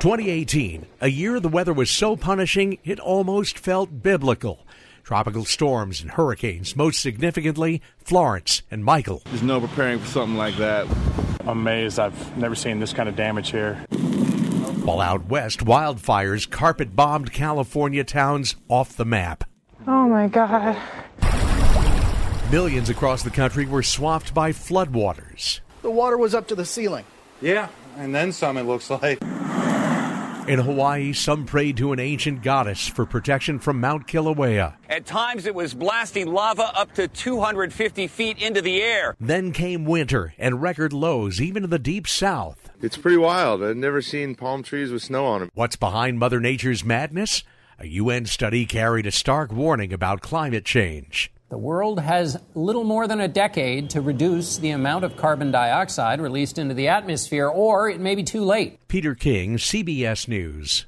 2018, a year the weather was so punishing it almost felt biblical. Tropical storms and hurricanes, most significantly Florence and Michael. There's no preparing for something like that. I'm amazed. I've never seen this kind of damage here. While out west, wildfires carpet bombed California towns off the map. Oh my God. Millions across the country were swamped by floodwaters. The water was up to the ceiling. Yeah, and then some, it looks like. In Hawaii, some prayed to an ancient goddess for protection from Mount Kilauea. At times, it was blasting lava up to 250 feet into the air. Then came winter and record lows, even in the deep south. It's pretty wild. I've never seen palm trees with snow on them. What's behind Mother Nature's madness? A UN study carried a stark warning about climate change. The world has little more than a decade to reduce the amount of carbon dioxide released into the atmosphere, or it may be too late. Peter King, CBS News.